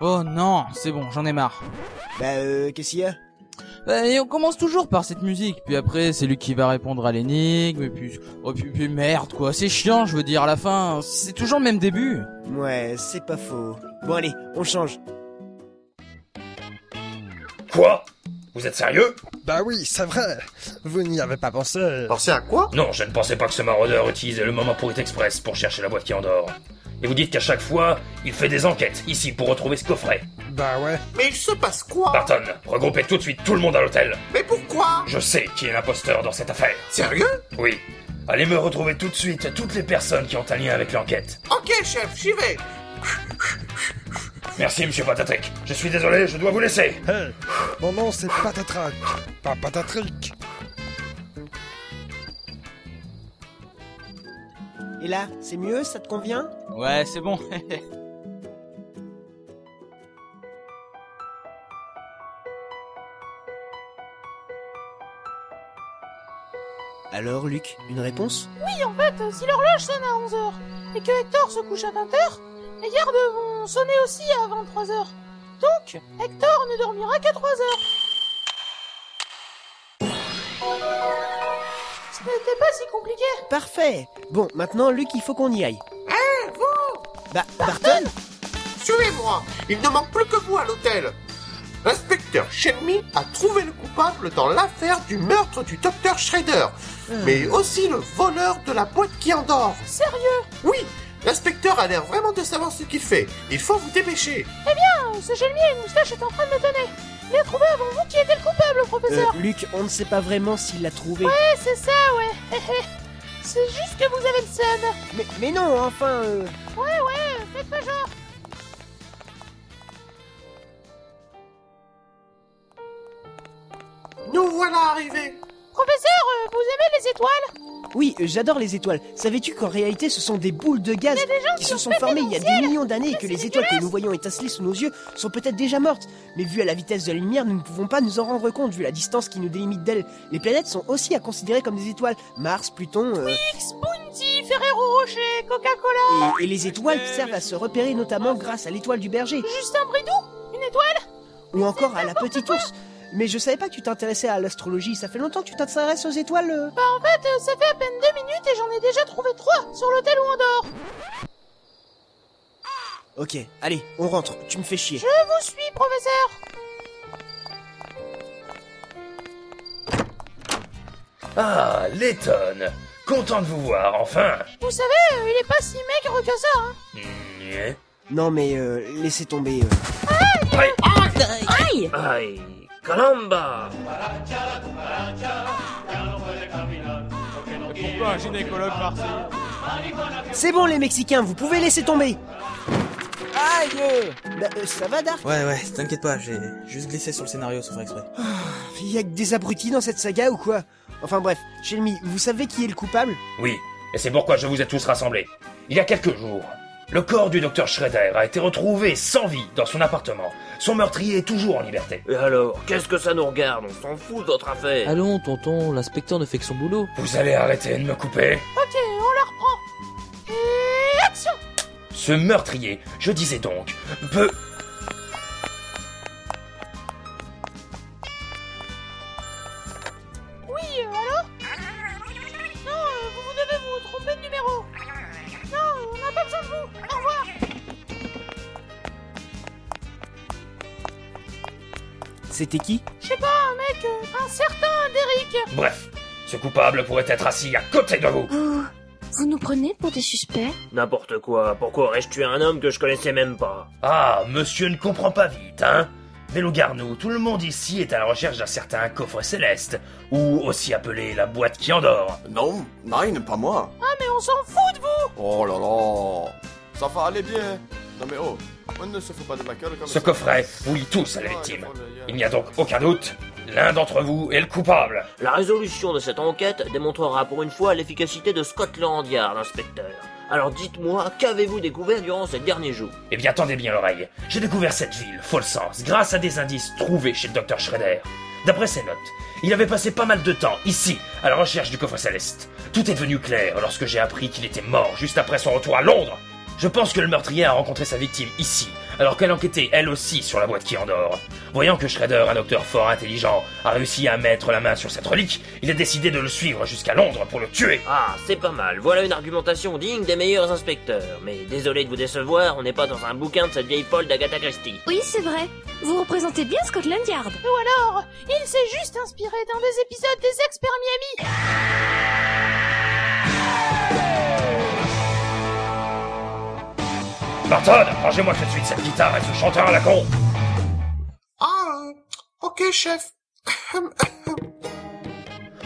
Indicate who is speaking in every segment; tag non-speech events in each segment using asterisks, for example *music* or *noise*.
Speaker 1: Oh non, c'est bon, j'en ai marre.
Speaker 2: Bah, euh, qu'est-ce qu'il y a
Speaker 1: Euh, Et on commence toujours par cette musique, puis après c'est lui qui va répondre à l'énigme, et puis... Oh puis, puis merde quoi, c'est chiant je veux dire à la fin, c'est toujours le même début.
Speaker 2: Ouais, c'est pas faux. Bon, allez, on change.
Speaker 3: Quoi Vous êtes sérieux
Speaker 4: Bah oui, c'est vrai. Vous n'y avez pas pensé.
Speaker 5: Pensez à quoi
Speaker 3: Non, je ne pensais pas que ce maraudeur utilisait le moment pourrit express pour chercher la boîte qui endort. Et vous dites qu'à chaque fois, il fait des enquêtes ici pour retrouver ce coffret.
Speaker 4: Bah ouais.
Speaker 5: Mais il se passe quoi
Speaker 3: Barton, regroupez tout de suite tout le monde à l'hôtel.
Speaker 5: Mais pourquoi
Speaker 3: Je sais qui est l'imposteur dans cette affaire.
Speaker 5: Sérieux
Speaker 3: Oui. Allez me retrouver tout de suite toutes les personnes qui ont un lien avec l'enquête.
Speaker 5: Ok, chef, j'y vais.
Speaker 3: Merci, monsieur Patatrick. Je suis désolé, je dois vous laisser.
Speaker 4: Hey, mon nom c'est Patatrac, pas Patatrick.
Speaker 2: Et là, c'est mieux Ça te convient
Speaker 1: Ouais c'est bon.
Speaker 2: Alors, Luc, une réponse
Speaker 6: Oui, en fait, euh, si l'horloge sonne à 11h et que Hector se couche à 20h, les gardes vont sonner aussi à 23h. Donc, Hector ne dormira qu'à 3h. Ce n'était pas si compliqué.
Speaker 2: Parfait Bon, maintenant, Luc, il faut qu'on y aille.
Speaker 6: Hein,
Speaker 2: Bah, Barton
Speaker 5: Suivez-moi Il ne manque plus que vous à l'hôtel L'inspecteur Shelmy a trouvé le coupable dans l'affaire du meurtre du docteur Schrader, mais aussi le voleur de la boîte qui endort.
Speaker 6: Sérieux,
Speaker 5: Oui, l'inspecteur a l'air vraiment de savoir ce qu'il fait. Il faut vous dépêcher.
Speaker 6: euh, ce gelmier à une moustache est en train de m'étonner. Il a trouvé avant vous qui était le coupable,
Speaker 2: Euh,
Speaker 6: professeur.
Speaker 2: Luc, on ne sait pas vraiment s'il l'a trouvé.
Speaker 6: Ouais, c'est ça, ouais. *laughs* Hé, hé. c'est juste que vous avez le seum.
Speaker 2: Mais, mais non, enfin... euh,
Speaker 6: Ouais, ouais, faites pas genre.
Speaker 5: Nous voilà arrivés.
Speaker 6: Professeur, euh, vous aimez les étoiles
Speaker 2: Oui, euh, j'adore les étoiles. Savais-tu qu'en réalité, ce sont des boules de gaz
Speaker 6: Il y a des gens
Speaker 2: qui
Speaker 6: qui
Speaker 2: se
Speaker 6: ont
Speaker 2: sont
Speaker 6: pété
Speaker 2: formées
Speaker 6: dans
Speaker 2: il y a
Speaker 6: le
Speaker 2: des
Speaker 6: ciel.
Speaker 2: millions d'années et
Speaker 6: Mais
Speaker 2: que
Speaker 6: c'est
Speaker 2: les étoiles que
Speaker 6: dégueulasse.
Speaker 2: nous voyons étinceler sous nos yeux sont peut-être déjà mortes. Mais vu à la vitesse de la lumière, nous ne pouvons pas nous en rendre compte vu la distance qui nous délimite d'elles. Les planètes sont aussi à considérer comme des étoiles. Mars, Pluton... euh,
Speaker 6: X, Bounty, Ferrero Rocher, Coca-Cola,
Speaker 2: et, et les étoiles servent à se repérer notamment grâce à l'étoile du berger
Speaker 6: Justin Bridou Une étoile
Speaker 2: ou encore à la petite ours. Mais je savais pas que tu t'intéressais à l'astrologie. Ça fait longtemps que tu t'intéresses aux étoiles. euh.
Speaker 6: Bah en fait, euh, ça fait à peine deux minutes et j'en ai déjà trouvé trois sur l'hôtel où on dort.
Speaker 2: Ok, allez, on rentre. Tu me fais chier.
Speaker 6: Je vous suis, professeur.
Speaker 3: Ah, Letton. Content de vous voir, enfin.
Speaker 6: Vous savez, euh, il est pas si maigre que ça, hein.
Speaker 3: Nyeh.
Speaker 2: Non mais euh, laissez tomber. euh.
Speaker 3: Aïe, caramba
Speaker 2: C'est bon les Mexicains, vous pouvez laisser tomber. Aïe Bah euh, ça va Dark
Speaker 7: *laughs* Ouais, ouais, t'inquiète pas, j'ai juste glissé sur le scénario sans faire exprès.
Speaker 2: Il y a que des abrutis dans cette saga ou quoi Enfin bref, Shelmy, vous savez qui est le coupable
Speaker 3: Oui, et c'est pourquoi je vous ai tous rassemblés. Il y a quelques jours, le corps du docteur Schrader a été retrouvé sans vie dans son appartement. Son meurtrier est toujours en liberté.
Speaker 8: Et alors, qu'est-ce que ça nous regarde On s'en fout de votre
Speaker 1: Eh.
Speaker 8: affaire.
Speaker 9: Allons, tonton, l'inspecteur ne fait que son boulot.
Speaker 3: Vous allez arrêter de me couper
Speaker 6: Ok, on la reprend. Et action
Speaker 3: Ce meurtrier, je disais donc, peut...
Speaker 6: Oui, euh, allô Non, euh, vous, vous devez vous tromper de numéro. Non, euh, on n'a pas besoin de vous. Au revoir.
Speaker 2: C'était qui
Speaker 6: Je sais pas, un mec, euh, un certain Derrick.
Speaker 3: Bref, ce coupable pourrait être assis à côté de vous.
Speaker 10: Vous nous prenez pour des suspects
Speaker 8: N'importe quoi. Pourquoi aurais-je tué un homme que je connaissais même pas
Speaker 3: Ah, monsieur ne comprend pas vite, hein Mais Loup-Garnou, tout le monde ici est à la recherche d'un certain coffre céleste, ou aussi appelé la boîte qui endort.
Speaker 11: Non, nein, pas moi.
Speaker 6: Ah, mais on s'en fout de vous
Speaker 11: Oh là là. Ça va aller bien. Non mais oh, on ne se fout pas de ma gueule comme
Speaker 3: Ce
Speaker 11: ça.
Speaker 3: coffret, vous lie tous à la victime. Il n'y a donc aucun doute, l'un d'entre vous est le coupable.
Speaker 8: La résolution de cette enquête démontrera pour une fois l'efficacité de Scotland Yard, inspecteur. Alors dites-moi, qu'avez-vous découvert durant ces derniers jours
Speaker 3: Eh bien, tendez bien l'oreille. J'ai découvert cette ville, faux sens, grâce à des indices trouvés chez le docteur Schrader. D'après ses notes, il avait passé pas mal de temps, ici, à la recherche du coffre céleste. Tout est devenu clair lorsque j'ai appris qu'il était mort juste après son retour à Londres. Je pense que le meurtrier a rencontré sa victime ici, alors qu'elle enquêtait elle aussi sur la boîte qui endort. Voyant que Shredder, un docteur fort intelligent, a réussi à mettre la main sur cette relique, il a décidé de le suivre jusqu'à Londres pour le tuer.
Speaker 8: Ah, c'est pas mal. Voilà une argumentation digne des meilleurs inspecteurs. Mais désolé de vous décevoir, on n'est pas dans un bouquin de cette vieille folle d'Agatha Christie.
Speaker 10: Oui, c'est vrai. Vous représentez bien Scotland Yard.
Speaker 6: Ou alors, il s'est juste inspiré d'un des épisodes des Experts Miami.
Speaker 3: Barton, rangez-moi tout de suite cette guitare et ce chanteur à la con
Speaker 5: Ah, euh, ok, chef.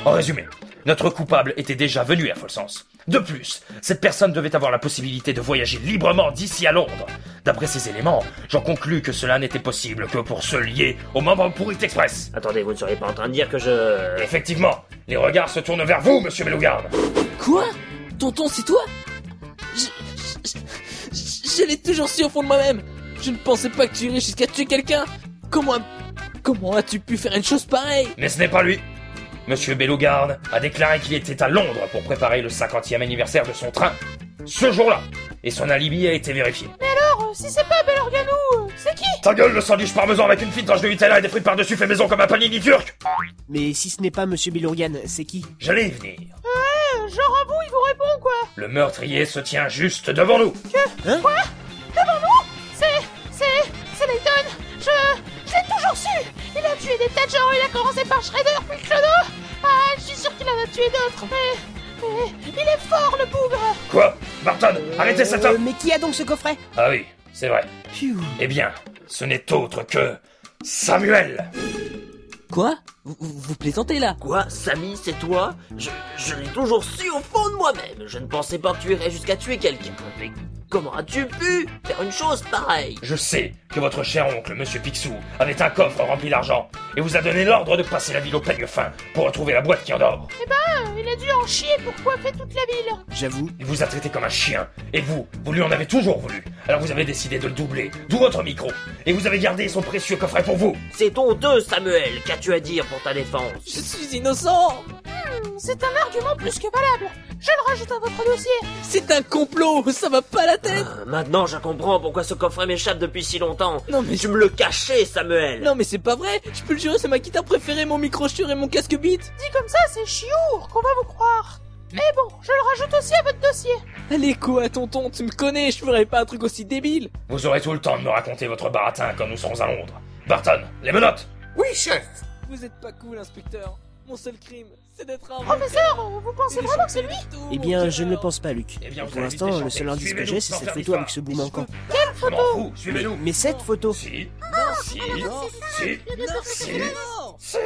Speaker 3: En résumé, notre coupable était déjà venu à Folsens. De plus, cette personne devait avoir la possibilité de voyager librement d'ici à Londres. D'après ces éléments, j'en conclus que cela n'était possible que pour se lier au membre pourrit express.
Speaker 8: Attendez, vous ne seriez pas en train de dire que je...
Speaker 3: Effectivement, les regards se tournent vers vous, monsieur Melougarde.
Speaker 12: Quoi Tonton, c'est toi Je... je- je- J'allais toujours si au fond de moi-même Je ne pensais pas que tu irais jusqu'à tuer quelqu'un Comment... Comment as-tu pu faire une chose pareille
Speaker 3: Mais ce n'est pas lui. Monsieur Bellegarde a déclaré qu'il était à Londres pour préparer le 50e anniversaire de son train. Ce jour-là. Et son alibi a été vérifié.
Speaker 6: Mais alors, euh, si c'est pas Belorganou, euh, c'est qui
Speaker 3: Ta gueule, le sandwich parmesan avec une fine tranche de Nutella et des frites par-dessus fait maison comme un panini turc
Speaker 2: Mais si ce n'est pas Monsieur Bilourgan, c'est qui
Speaker 3: J'allais y venir.
Speaker 6: Ouais, euh, genre à vous, il vous répond quoi
Speaker 3: Le meurtrier se tient juste devant nous.
Speaker 6: Que
Speaker 2: Hein
Speaker 6: Quoi Devant nous C'est... c'est... c'est Layton Je... je l'ai toujours su Il a tué des tas de gens, il a commencé par Shredder, puis Clodo Ah, je suis sûr qu'il en a tué d'autres, mais... mais... il est fort, le bougre
Speaker 3: Quoi Barton, arrêtez cet
Speaker 2: Euh,
Speaker 3: homme
Speaker 2: Mais qui a donc ce coffret
Speaker 3: Ah oui, c'est vrai.
Speaker 2: Phew.
Speaker 3: Eh bien, ce n'est autre que... Samuel
Speaker 12: Quoi vous, vous, vous plaisantez là
Speaker 8: Quoi Samy, c'est toi Je, je l'ai toujours su au fond de moi-même. Je ne pensais pas que tu irais jusqu'à tuer quelqu'un. Mais comment as-tu pu faire une chose pareille
Speaker 3: Je sais que votre cher oncle, Monsieur Picsou, avait un coffre rempli d'argent et vous a donné l'ordre de passer la ville au peigne fin pour retrouver la boîte qui endort.
Speaker 6: Euh, Il a dû en chier pour coiffer toute la ville
Speaker 2: J'avoue.
Speaker 3: Il vous a traité comme un chien, et vous, vous lui en avez toujours voulu. Alors vous avez décidé de le doubler, d'où votre micro, et vous avez gardé son précieux coffret pour vous.
Speaker 8: C'est ton deux, Samuel. Qu'as-tu à dire pour ta défense
Speaker 12: Je suis innocent
Speaker 6: Hmm, C'est un argument plus que valable Je le rajoute à votre dossier
Speaker 12: C'est un complot Ça va pas la tête
Speaker 8: Euh, Maintenant, je comprends pourquoi ce coffret m'échappe depuis si longtemps.
Speaker 12: Non mais...
Speaker 8: Tu me le cachais, Samuel.
Speaker 12: Non mais c'est pas vrai Je peux le jurer, c'est ma guitare préférée, mon micro-chure et mon casque bite
Speaker 6: Dit comme ça, c'est chiour qu'on va vous croire Mais bon, je le rajoute aussi à votre dossier
Speaker 12: Allez quoi, tonton, tu me connais, je ferais pas un truc aussi débile
Speaker 3: Vous aurez tout le temps de me raconter votre baratin quand nous serons à Londres. Barton, les menottes
Speaker 5: Oui, chef.
Speaker 12: Vous êtes pas cool, inspecteur Mon seul crime, c'est d'être un...
Speaker 6: Professeur, euh, vous pensez vraiment que c'est lui
Speaker 2: Eh bien, je ne le pense pas, Luc.
Speaker 3: Eh bien, vous
Speaker 2: Pour
Speaker 3: allez
Speaker 2: l'instant,
Speaker 3: vite
Speaker 2: le seul
Speaker 3: échapper.
Speaker 2: indice que
Speaker 3: Suivez-nous
Speaker 2: j'ai, c'est
Speaker 3: sans
Speaker 2: cette
Speaker 3: faire
Speaker 2: photo avec
Speaker 3: d'histoire.
Speaker 2: ce bout manquant.
Speaker 3: Je m'en fous,
Speaker 2: Mais,
Speaker 3: suivez-nous.
Speaker 2: mais cette photo
Speaker 3: Si, si, si, si,
Speaker 12: Non
Speaker 3: si,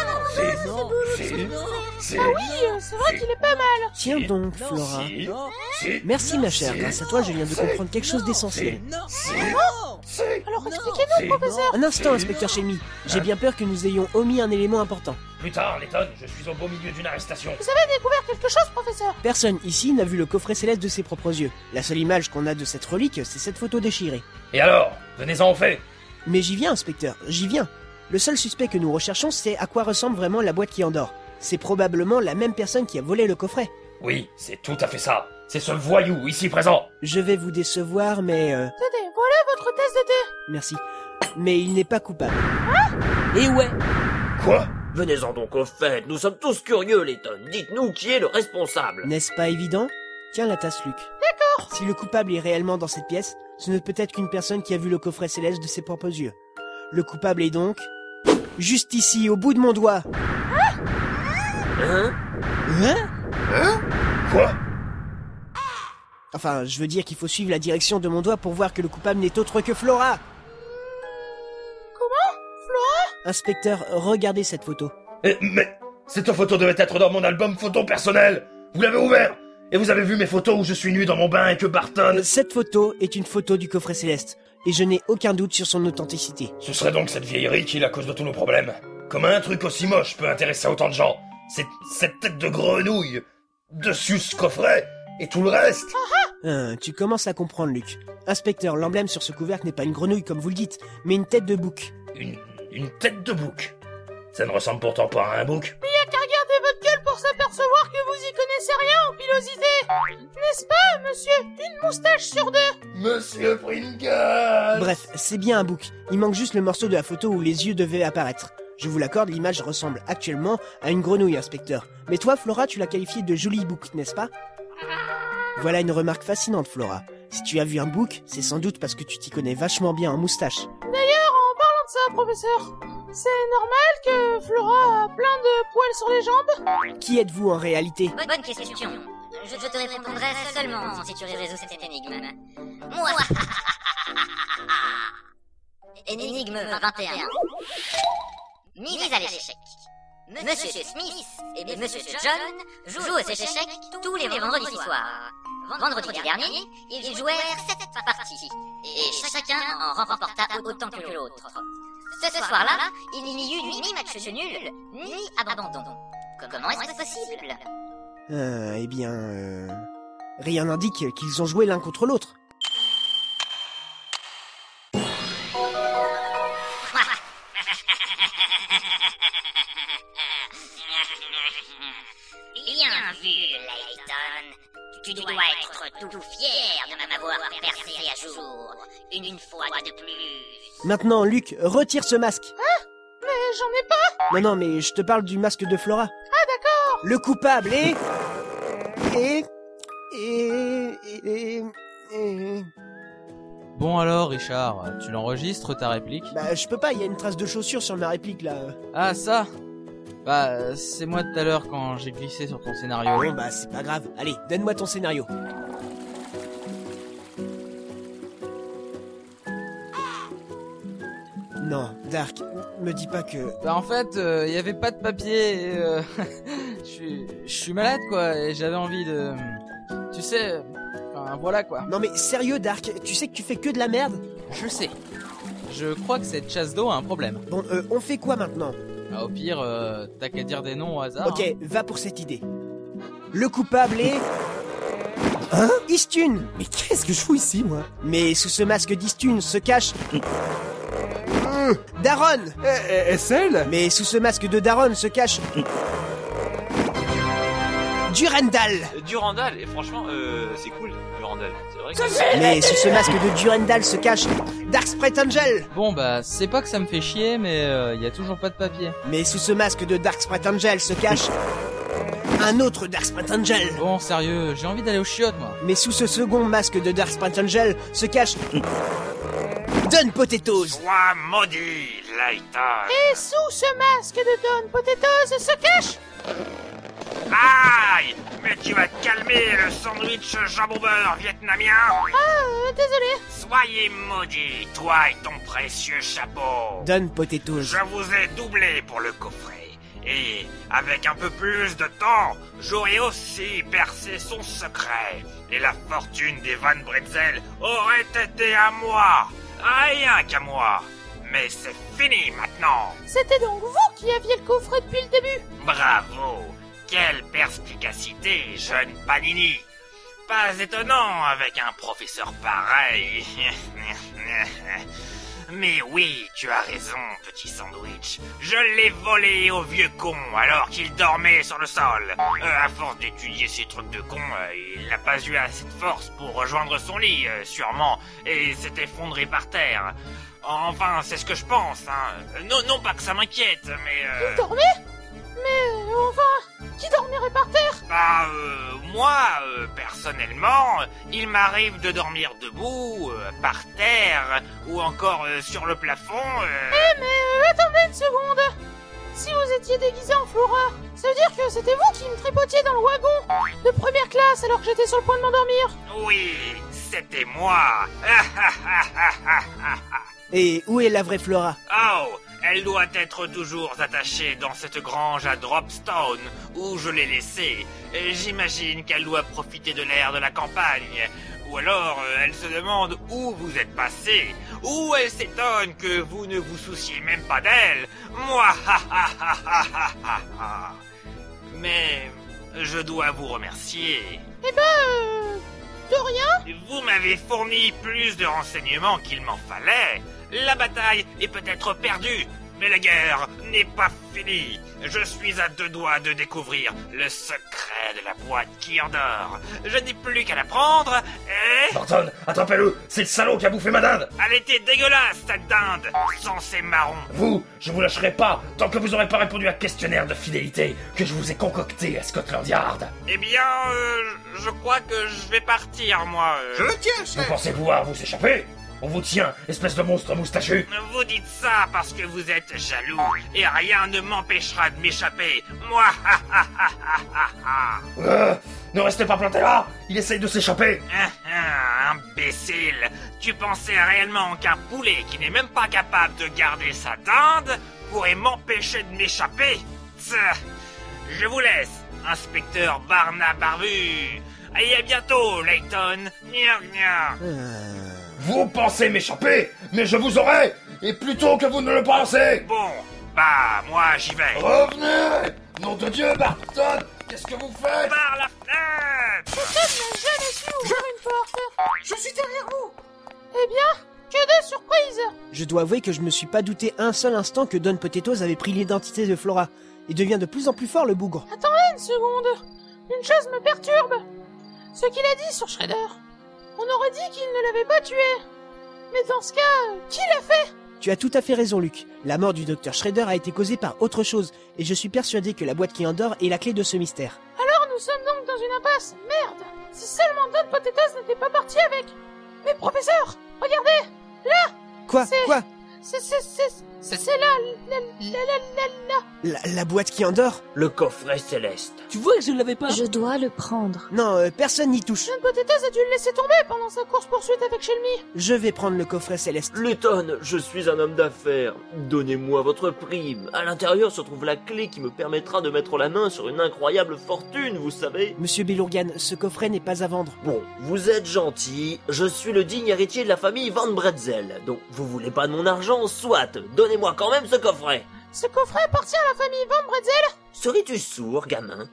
Speaker 12: Non
Speaker 3: si, si,
Speaker 6: Oui, euh, c'est vrai qu'il est pas mal
Speaker 2: Tiens
Speaker 3: Si.
Speaker 2: donc,
Speaker 12: Non,
Speaker 2: Flora.
Speaker 3: si,
Speaker 12: Non
Speaker 3: si,
Speaker 2: Merci, ma chère.
Speaker 3: Si.
Speaker 2: Grâce à toi, je viens de
Speaker 3: Si.
Speaker 2: comprendre quelque chose
Speaker 12: Non.
Speaker 2: d'essentiel.
Speaker 12: Non
Speaker 3: Si.
Speaker 12: Non
Speaker 3: si,
Speaker 6: Alors
Speaker 12: Non.
Speaker 3: si.
Speaker 6: expliquez-nous, professeur
Speaker 2: Un instant,
Speaker 3: Si.
Speaker 2: inspecteur Shelmy.
Speaker 3: Hein
Speaker 2: J'ai bien peur que nous ayons omis un élément important.
Speaker 3: Plus tard, Letton, je suis au beau milieu d'une arrestation.
Speaker 6: Vous avez découvert quelque chose, professeur
Speaker 2: Personne ici n'a vu le coffret céleste de ses propres yeux. La seule image qu'on a de cette relique, c'est cette photo déchirée.
Speaker 3: Et alors, venez-en au fait.
Speaker 2: Mais j'y viens, inspecteur, j'y viens. Le seul suspect que nous recherchons, c'est à quoi ressemble vraiment la boîte qui endort. C'est probablement la même personne qui a volé le coffret.
Speaker 3: Oui, c'est tout à fait ça. C'est ce voyou ici présent.
Speaker 2: Je vais vous décevoir, mais... euh,
Speaker 6: Tenez, voilà votre thèse de thé
Speaker 2: merci. Mais il n'est pas coupable.
Speaker 12: Et ouais
Speaker 3: Quoi
Speaker 8: Venez-en donc au fait. Nous sommes tous curieux, Letton. Dites-nous qui est le responsable.
Speaker 2: N'est-ce pas évident Tiens la tasse, Luc. D'accord Si le coupable est réellement dans cette pièce, ce ne peut être qu'une personne qui a vu le coffret céleste de ses propres yeux. Le coupable est donc... Juste ici, au bout de mon doigt
Speaker 8: Hein
Speaker 2: Hein
Speaker 3: Quoi
Speaker 2: Enfin, je veux dire qu'il faut suivre la direction de mon doigt pour voir que le coupable n'est autre que Flora
Speaker 6: Comment
Speaker 2: Inspecteur, regardez cette photo.
Speaker 3: Eh, Mais cette photo devait être dans mon album photo personnel. Vous l'avez ouvert et vous avez vu mes photos où je suis nu dans mon bain et que Barton.
Speaker 2: Euh, Cette photo est une photo du coffret céleste, et je n'ai aucun doute sur son authenticité.
Speaker 3: Ce serait donc cette vieillerie qui est la cause de tous nos problèmes. Comment un truc aussi moche peut intéresser autant de gens C'est cette tête de grenouille, dessus ce coffret et tout le reste.
Speaker 2: Hein, tu commences à comprendre, Luc. Inspecteur, l'emblème sur ce couvercle n'est pas une grenouille comme vous le dites, mais une tête de bouc.
Speaker 3: Une, une tête de bouc. Ça ne ressemble pourtant pas à un bouc.
Speaker 6: Y'a qu'à regarder votre gueule pour s'apercevoir que vous y connaissez rien en pilosité n'est-ce pas, monsieur Une moustache sur deux
Speaker 3: Monsieur Pringle
Speaker 2: Bref, c'est bien un bouc. Il manque juste le morceau de la photo où les yeux devaient apparaître. Je vous l'accorde, l'image ressemble actuellement à une grenouille, inspecteur. Mais toi, Flora, tu l'as qualifiée de joli bouc, n'est-ce pas Voilà une remarque fascinante, Flora. Si tu as vu un bouc, c'est sans doute parce que tu t'y connais vachement bien en moustache.
Speaker 6: D'ailleurs, en parlant de ça, professeur, c'est normal que Flora a plein de poils sur les jambes
Speaker 2: Qui êtes-vous en réalité
Speaker 13: Bonne, bonne question. Je, je te répondrai seulement si tu résous cette énigme. Moi *laughs* Énigme 21. Mise à l'échec. Monsieur Smith et Monsieur John jouent aux échecs tous les vendredis soirs. Vendredi dernier, ils jouèrent sept parties, et chacun en remporta autant que l'autre. Ce soir-là, il n'y eut ni match nul, ni abandon. Comment est-ce possible
Speaker 2: Euh, eh bien... euh, Rien n'indique qu'ils ont joué l'un contre l'autre.
Speaker 13: Bien vu, Layton. Tu dois être tout fier de m'avoir percé à jour, une fois de plus.
Speaker 2: Maintenant, Luc, retire ce masque.
Speaker 6: Hein Mais j'en ai pas
Speaker 2: Non, non, mais je te parle du masque de Flora.
Speaker 6: Ah d'accord
Speaker 2: Le coupable est... Et... Et... Et... et-
Speaker 1: Bon alors, Richard, tu l'enregistres ta réplique
Speaker 2: Bah, je peux pas, il y a une trace de chaussure sur ma réplique, là.
Speaker 1: Ah ça Bah, euh, c'est moi tout à l'heure quand j'ai glissé sur ton scénario.
Speaker 2: Bon, bah, c'est pas grave. Allez, donne-moi ton scénario. Non, Dark, me dis pas que...
Speaker 1: Bah en fait, il y avait pas de papier. et, euh, *laughs* je suis- je suis malade quoi et j'avais envie de, tu sais, euh, enfin, voilà quoi.
Speaker 2: Non mais sérieux Dark, tu sais que tu fais que de la merde
Speaker 1: Je sais. Je crois que cette chasse d'eau a un problème.
Speaker 2: Bon, euh, on fait quoi maintenant
Speaker 1: Bah, au pire, euh, t'as qu'à dire des noms au hasard.
Speaker 2: Ok,
Speaker 1: hein.
Speaker 2: va pour cette idée. Le coupable est... Hein Istune Mais qu'est-ce que je fous ici, moi Mais sous ce masque d'Istune se cache... Daron
Speaker 14: SL
Speaker 2: Mais sous ce masque de Daron se cache... Durendal
Speaker 15: Durandal, Euh, et franchement, euh, c'est cool, Durandal. C'est vrai que
Speaker 2: Mais sous ce masque de Durendal se cache... Dark Sprite Angel
Speaker 1: Bon bah, c'est pas que ça me fait chier, mais il y a toujours pas de papier.
Speaker 2: Mais sous ce masque de Dark Sprite Angel se cache... Un autre Dark Sprite Angel
Speaker 1: Bon sérieux, j'ai envie d'aller aux chiottes moi.
Speaker 2: Mais sous ce second masque de Dark Sprite Angel se cache... Don Potatoes
Speaker 15: Sois maudit, Layton
Speaker 6: Et sous ce masque de Don Potatoes se cache
Speaker 15: Aïe Mais tu vas te calmer, le sandwich jambon-beurre vietnamien
Speaker 6: Ah, euh, désolé
Speaker 15: Soyez maudits, toi et ton précieux chapeau
Speaker 2: Don Potatoes
Speaker 15: Je vous ai doublé pour le coffret. Et avec un peu plus de temps, j'aurais aussi percé son secret. Et la fortune des Van Bretzel aurait été à moi. Rien qu'à moi. Mais c'est fini maintenant.
Speaker 6: C'était donc vous qui aviez le coffret depuis le début
Speaker 15: Bravo Quelle perspicacité, jeune Panini Pas étonnant avec un professeur pareil. Mais oui, tu as raison, petit sandwich. Je l'ai volé au vieux con alors qu'il dormait sur le sol. Euh, à force d'étudier ces trucs de con, euh, il n'a pas eu assez de force pour rejoindre son lit, euh, sûrement, et s'est effondré par terre. Enfin, c'est ce que je pense, hein. Non, non pas que ça m'inquiète, mais... euh,
Speaker 6: Il dormait Mais euh, enfin, qui dormirait par terre
Speaker 15: bah, euh, moi, euh, personnellement, il m'arrive de dormir debout, euh, par terre, ou encore euh, sur le plafond. euh.
Speaker 6: Eh mais euh, attendez une seconde Si vous étiez déguisé en Flora, ça veut dire que c'était vous qui me tripotiez dans le wagon de première classe alors que j'étais sur le point de m'endormir
Speaker 15: Oui, c'était moi.
Speaker 2: Et où est la vraie Flora
Speaker 15: oh, elle doit être toujours attachée dans cette grange à Dropstone, où je l'ai laissée. Et J'imagine qu'elle doit profiter de l'air de la campagne. Ou alors, euh, elle se demande où vous êtes passé. Ou elle s'étonne que vous ne vous souciez même pas d'elle. Moi, ha, ha, ha, ha, ha, ha, ha. Mais je dois vous remercier.
Speaker 6: Eh ben, euh, de rien
Speaker 15: Vous m'avez fourni plus de renseignements qu'il m'en fallait. La bataille est peut-être perdue, Mais la guerre n'est pas finie. Je suis à deux doigts de découvrir le secret de la boîte qui endort. Je n'ai plus qu'à la prendre et...
Speaker 3: Barton, attrapez-le C'est le salaud qui a bouffé ma dinde
Speaker 15: Elle était dégueulasse, cette dinde Sans ces marrons
Speaker 3: Vous, je vous lâcherai pas tant que vous aurez pas répondu à un questionnaire de fidélité que je vous ai concocté à Scotland Yard.
Speaker 15: Eh bien, euh, je crois que je vais partir, moi. euh.
Speaker 5: Je le tiens, chef
Speaker 3: Vous
Speaker 11: Eh.
Speaker 3: pensez pouvoir vous échapper On vous tient, espèce de monstre moustachu
Speaker 15: Euh, Vous dites ça parce que vous êtes jaloux et rien ne m'empêchera de m'échapper. Moi, *laughs* ha, ha, ha, ha, ha, ha.
Speaker 3: Euh, Ne restez pas planté là Il essaye de s'échapper
Speaker 15: Hein, hein, imbécile Tu pensais réellement qu'un poulet qui n'est même pas capable de garder sa dinde pourrait m'empêcher de m'échapper Tch. Je vous laisse, inspecteur Barna Barbu Et à bientôt, Layton Gnang, gnang.
Speaker 3: Vous pensez m'échapper Mais je vous aurai Et plutôt que vous ne le pensez
Speaker 15: Bon, bah, moi j'y vais
Speaker 3: Revenez Nom de Dieu, Barton Qu'est-ce que vous faites
Speaker 15: Par la fenêtre
Speaker 6: jamais su ouvrir une porte
Speaker 5: Je suis derrière vous
Speaker 6: Eh bien, que de surprises
Speaker 2: Je dois avouer que je me suis pas douté un seul instant que Don Potatoes avait pris l'identité de Flora. Il devient de plus en plus fort le bougre.
Speaker 6: Attendez une seconde. Une chose me perturbe. Ce qu'il a dit sur Shredder. On aurait dit qu'il ne l'avait pas tué. Mais dans ce cas, euh, qui l'a fait
Speaker 2: Tu as tout à fait raison, Luc. La mort du docteur Shredder a été causée par autre chose, et je suis persuadé que la boîte qui endort est la clé de ce mystère.
Speaker 6: Alors nous sommes donc dans une impasse. Merde Si seulement Don Potatoes n'était pas parti avec Mais professeur Regardez Là
Speaker 2: Quoi
Speaker 6: C'est-
Speaker 2: Quoi
Speaker 6: C'est... c'est... c'est... c'est- c'est là là, là, là, là, là.
Speaker 2: la, la boîte qui endort
Speaker 8: Le coffret céleste.
Speaker 12: Tu vois que je ne l'avais pas
Speaker 10: Je dois le prendre.
Speaker 2: Non, euh, personne n'y touche.
Speaker 6: Don Potatoes a dû le laisser tomber pendant sa course-poursuite avec Shelmy
Speaker 2: Je vais prendre le coffret céleste.
Speaker 8: Letton, je suis un homme d'affaires. Donnez-moi votre prime. À l'intérieur se trouve la clé qui me permettra de mettre la main sur une incroyable fortune, vous savez.
Speaker 2: Monsieur Belourgan, ce coffret n'est pas à vendre.
Speaker 8: Bon, vous êtes gentil. Je suis le digne héritier de la famille Van Bretzel. Donc, vous voulez pas de mon argent, soit. Donnez-moi quand même ce coffret.
Speaker 6: Ce coffret appartient à la famille Van Bretzel
Speaker 8: Serais-tu sourd, gamin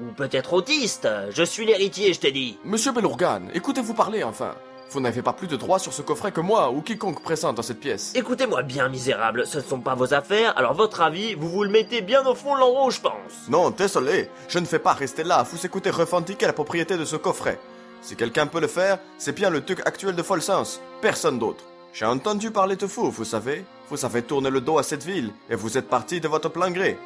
Speaker 8: Ou peut-être autiste Je suis l'héritier, je t'ai dit.
Speaker 11: Monsieur Belourgan, écoutez-vous parler enfin. Vous n'avez pas plus de droit sur ce coffret que moi ou quiconque pressant dans cette pièce.
Speaker 8: Écoutez-moi bien, misérable, ce ne sont pas vos affaires, alors votre avis, vous vous le mettez bien au fond de l'enroi, je pense.
Speaker 11: Non, désolé, je ne fais pas rester là à vous écouter revendiquer la propriété de ce coffret. Si quelqu'un peut le faire, c'est bien le duc actuel de Folsens, personne d'autre. J'ai entendu parler de vous, vous savez. Vous avez tourné le dos à cette ville, et vous êtes parti de votre plein gré.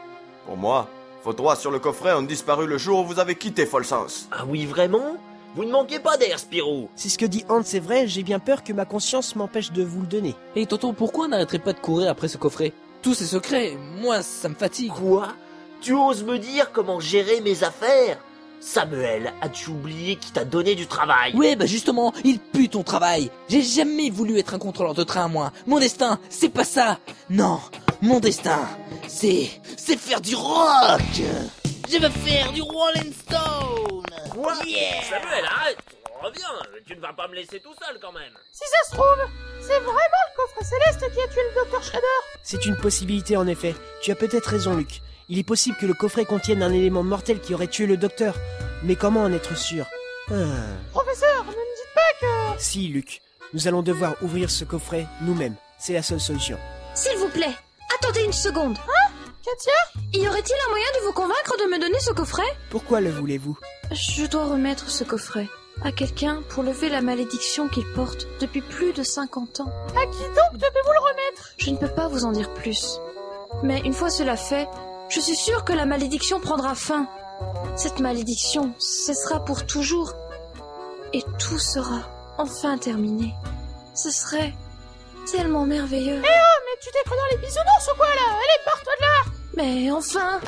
Speaker 11: Pour moi, vos droits sur le coffret ont disparu le jour où vous avez quitté Folsens.
Speaker 8: Ah oui, vraiment Vous ne manquez pas d'air, Spirou
Speaker 2: Si ce que dit Hans est vrai, j'ai bien peur que ma conscience m'empêche de vous le donner.
Speaker 7: Et tonton, pourquoi on n'arrêterait pas de courir après ce coffret Tous ces secrets, moi, ça me fatigue.
Speaker 8: Quoi Tu oses me dire comment gérer mes affaires Samuel, as-tu oublié qui t'a donné du travail
Speaker 7: Ouais, bah justement, il pue ton travail. J'ai jamais voulu être un contrôleur de train, moi. Mon destin, c'est pas ça. Non, mon destin, c'est, c'est faire du rock.
Speaker 12: Je vais faire du Rolling Stone
Speaker 8: Quoi
Speaker 12: Yeah
Speaker 8: Samuel, arrête Reviens Tu ne vas pas me laisser tout seul, quand même
Speaker 6: Si ça se trouve, c'est vraiment le coffret céleste qui a tué le docteur Shredder
Speaker 2: C'est une possibilité en effet. Tu as peut-être raison, Luc. Il est possible que le coffret contienne un élément mortel qui aurait tué le docteur. Mais comment en être sûr Ah.
Speaker 6: Professeur, ne me dites pas que...
Speaker 2: Si, Luc, nous allons devoir ouvrir ce coffret nous-mêmes. C'est la seule solution.
Speaker 10: S'il vous plaît, attendez une seconde.
Speaker 6: Katia
Speaker 10: Y aurait-il un moyen de vous convaincre de me donner ce coffret
Speaker 2: Pourquoi le voulez-vous
Speaker 10: Je dois remettre ce coffret à quelqu'un pour lever la malédiction qu'il porte depuis plus de 50 ans.
Speaker 6: À qui Ah, donc devez-vous le remettre
Speaker 10: Je ne peux pas vous en dire plus. Mais une fois cela fait, je suis sûre que la malédiction prendra fin. Cette malédiction cessera pour toujours. Et tout sera enfin terminé. Ce serait tellement merveilleux.
Speaker 6: Oh, mais tu t'es cru dans les bisounours ou quoi, là Allez, pars-toi de là
Speaker 10: Mais enfin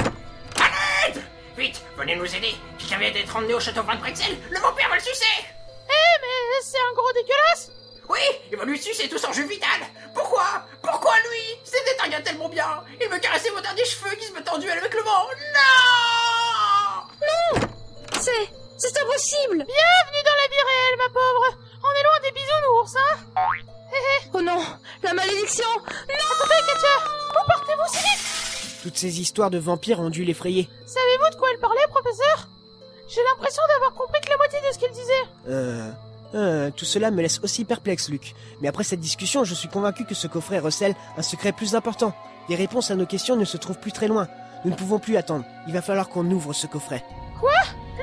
Speaker 14: Vite, venez nous aider. Quelqu'un vient d'être emmené au château Van Pretzel. Le vampire va le sucer.
Speaker 6: Eh, mais c'est un gros dégueulasse
Speaker 14: Oui, il va lui sucer tout son jus vital. Pourquoi Pourquoi lui C'était un gars tellement bien. Il me caressait mon dernier cheveux qui se me tendait avec le vent. Non
Speaker 10: C'est... c'est impossible
Speaker 6: Bienvenue dans la vie réelle, ma pauvre On est loin des bisounours, hein eh.
Speaker 10: Oh non La malédiction
Speaker 6: Attendez, Katia Vous partez-vous si vite
Speaker 2: Toutes ces histoires de vampires ont dû l'effrayer.
Speaker 6: Savez-vous de quoi elle parlait, professeur J'ai l'impression d'avoir compris que la moitié de ce qu'elle disait
Speaker 2: Euh... Euh, tout cela me laisse aussi perplexe, Luc. Mais après cette discussion, je suis convaincu que ce coffret recèle un secret plus important. Les réponses à nos questions ne se trouvent plus très loin. Nous ne pouvons plus attendre. Il va falloir qu'on ouvre ce coffret.
Speaker 6: Quoi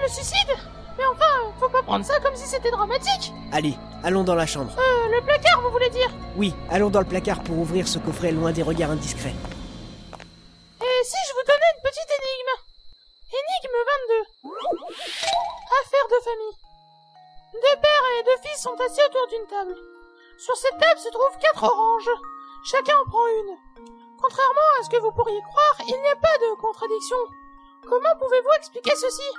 Speaker 6: Le suicide Mais enfin, faut pas prendre ça comme si c'était dramatique
Speaker 2: Allez, allons dans la chambre.
Speaker 6: Euh, le placard, vous voulez dire
Speaker 2: Oui, allons dans le placard pour ouvrir ce coffret loin des regards indiscrets.
Speaker 6: Et si je vous donnais une petite énigme Énigme 22 Affaire de famille. Deux pères et deux fils sont assis autour d'une table. Sur cette table se trouvent quatre oranges. Chacun en prend une. Contrairement à ce que vous pourriez croire, il n'y a pas de contradiction. Comment pouvez-vous expliquer ceci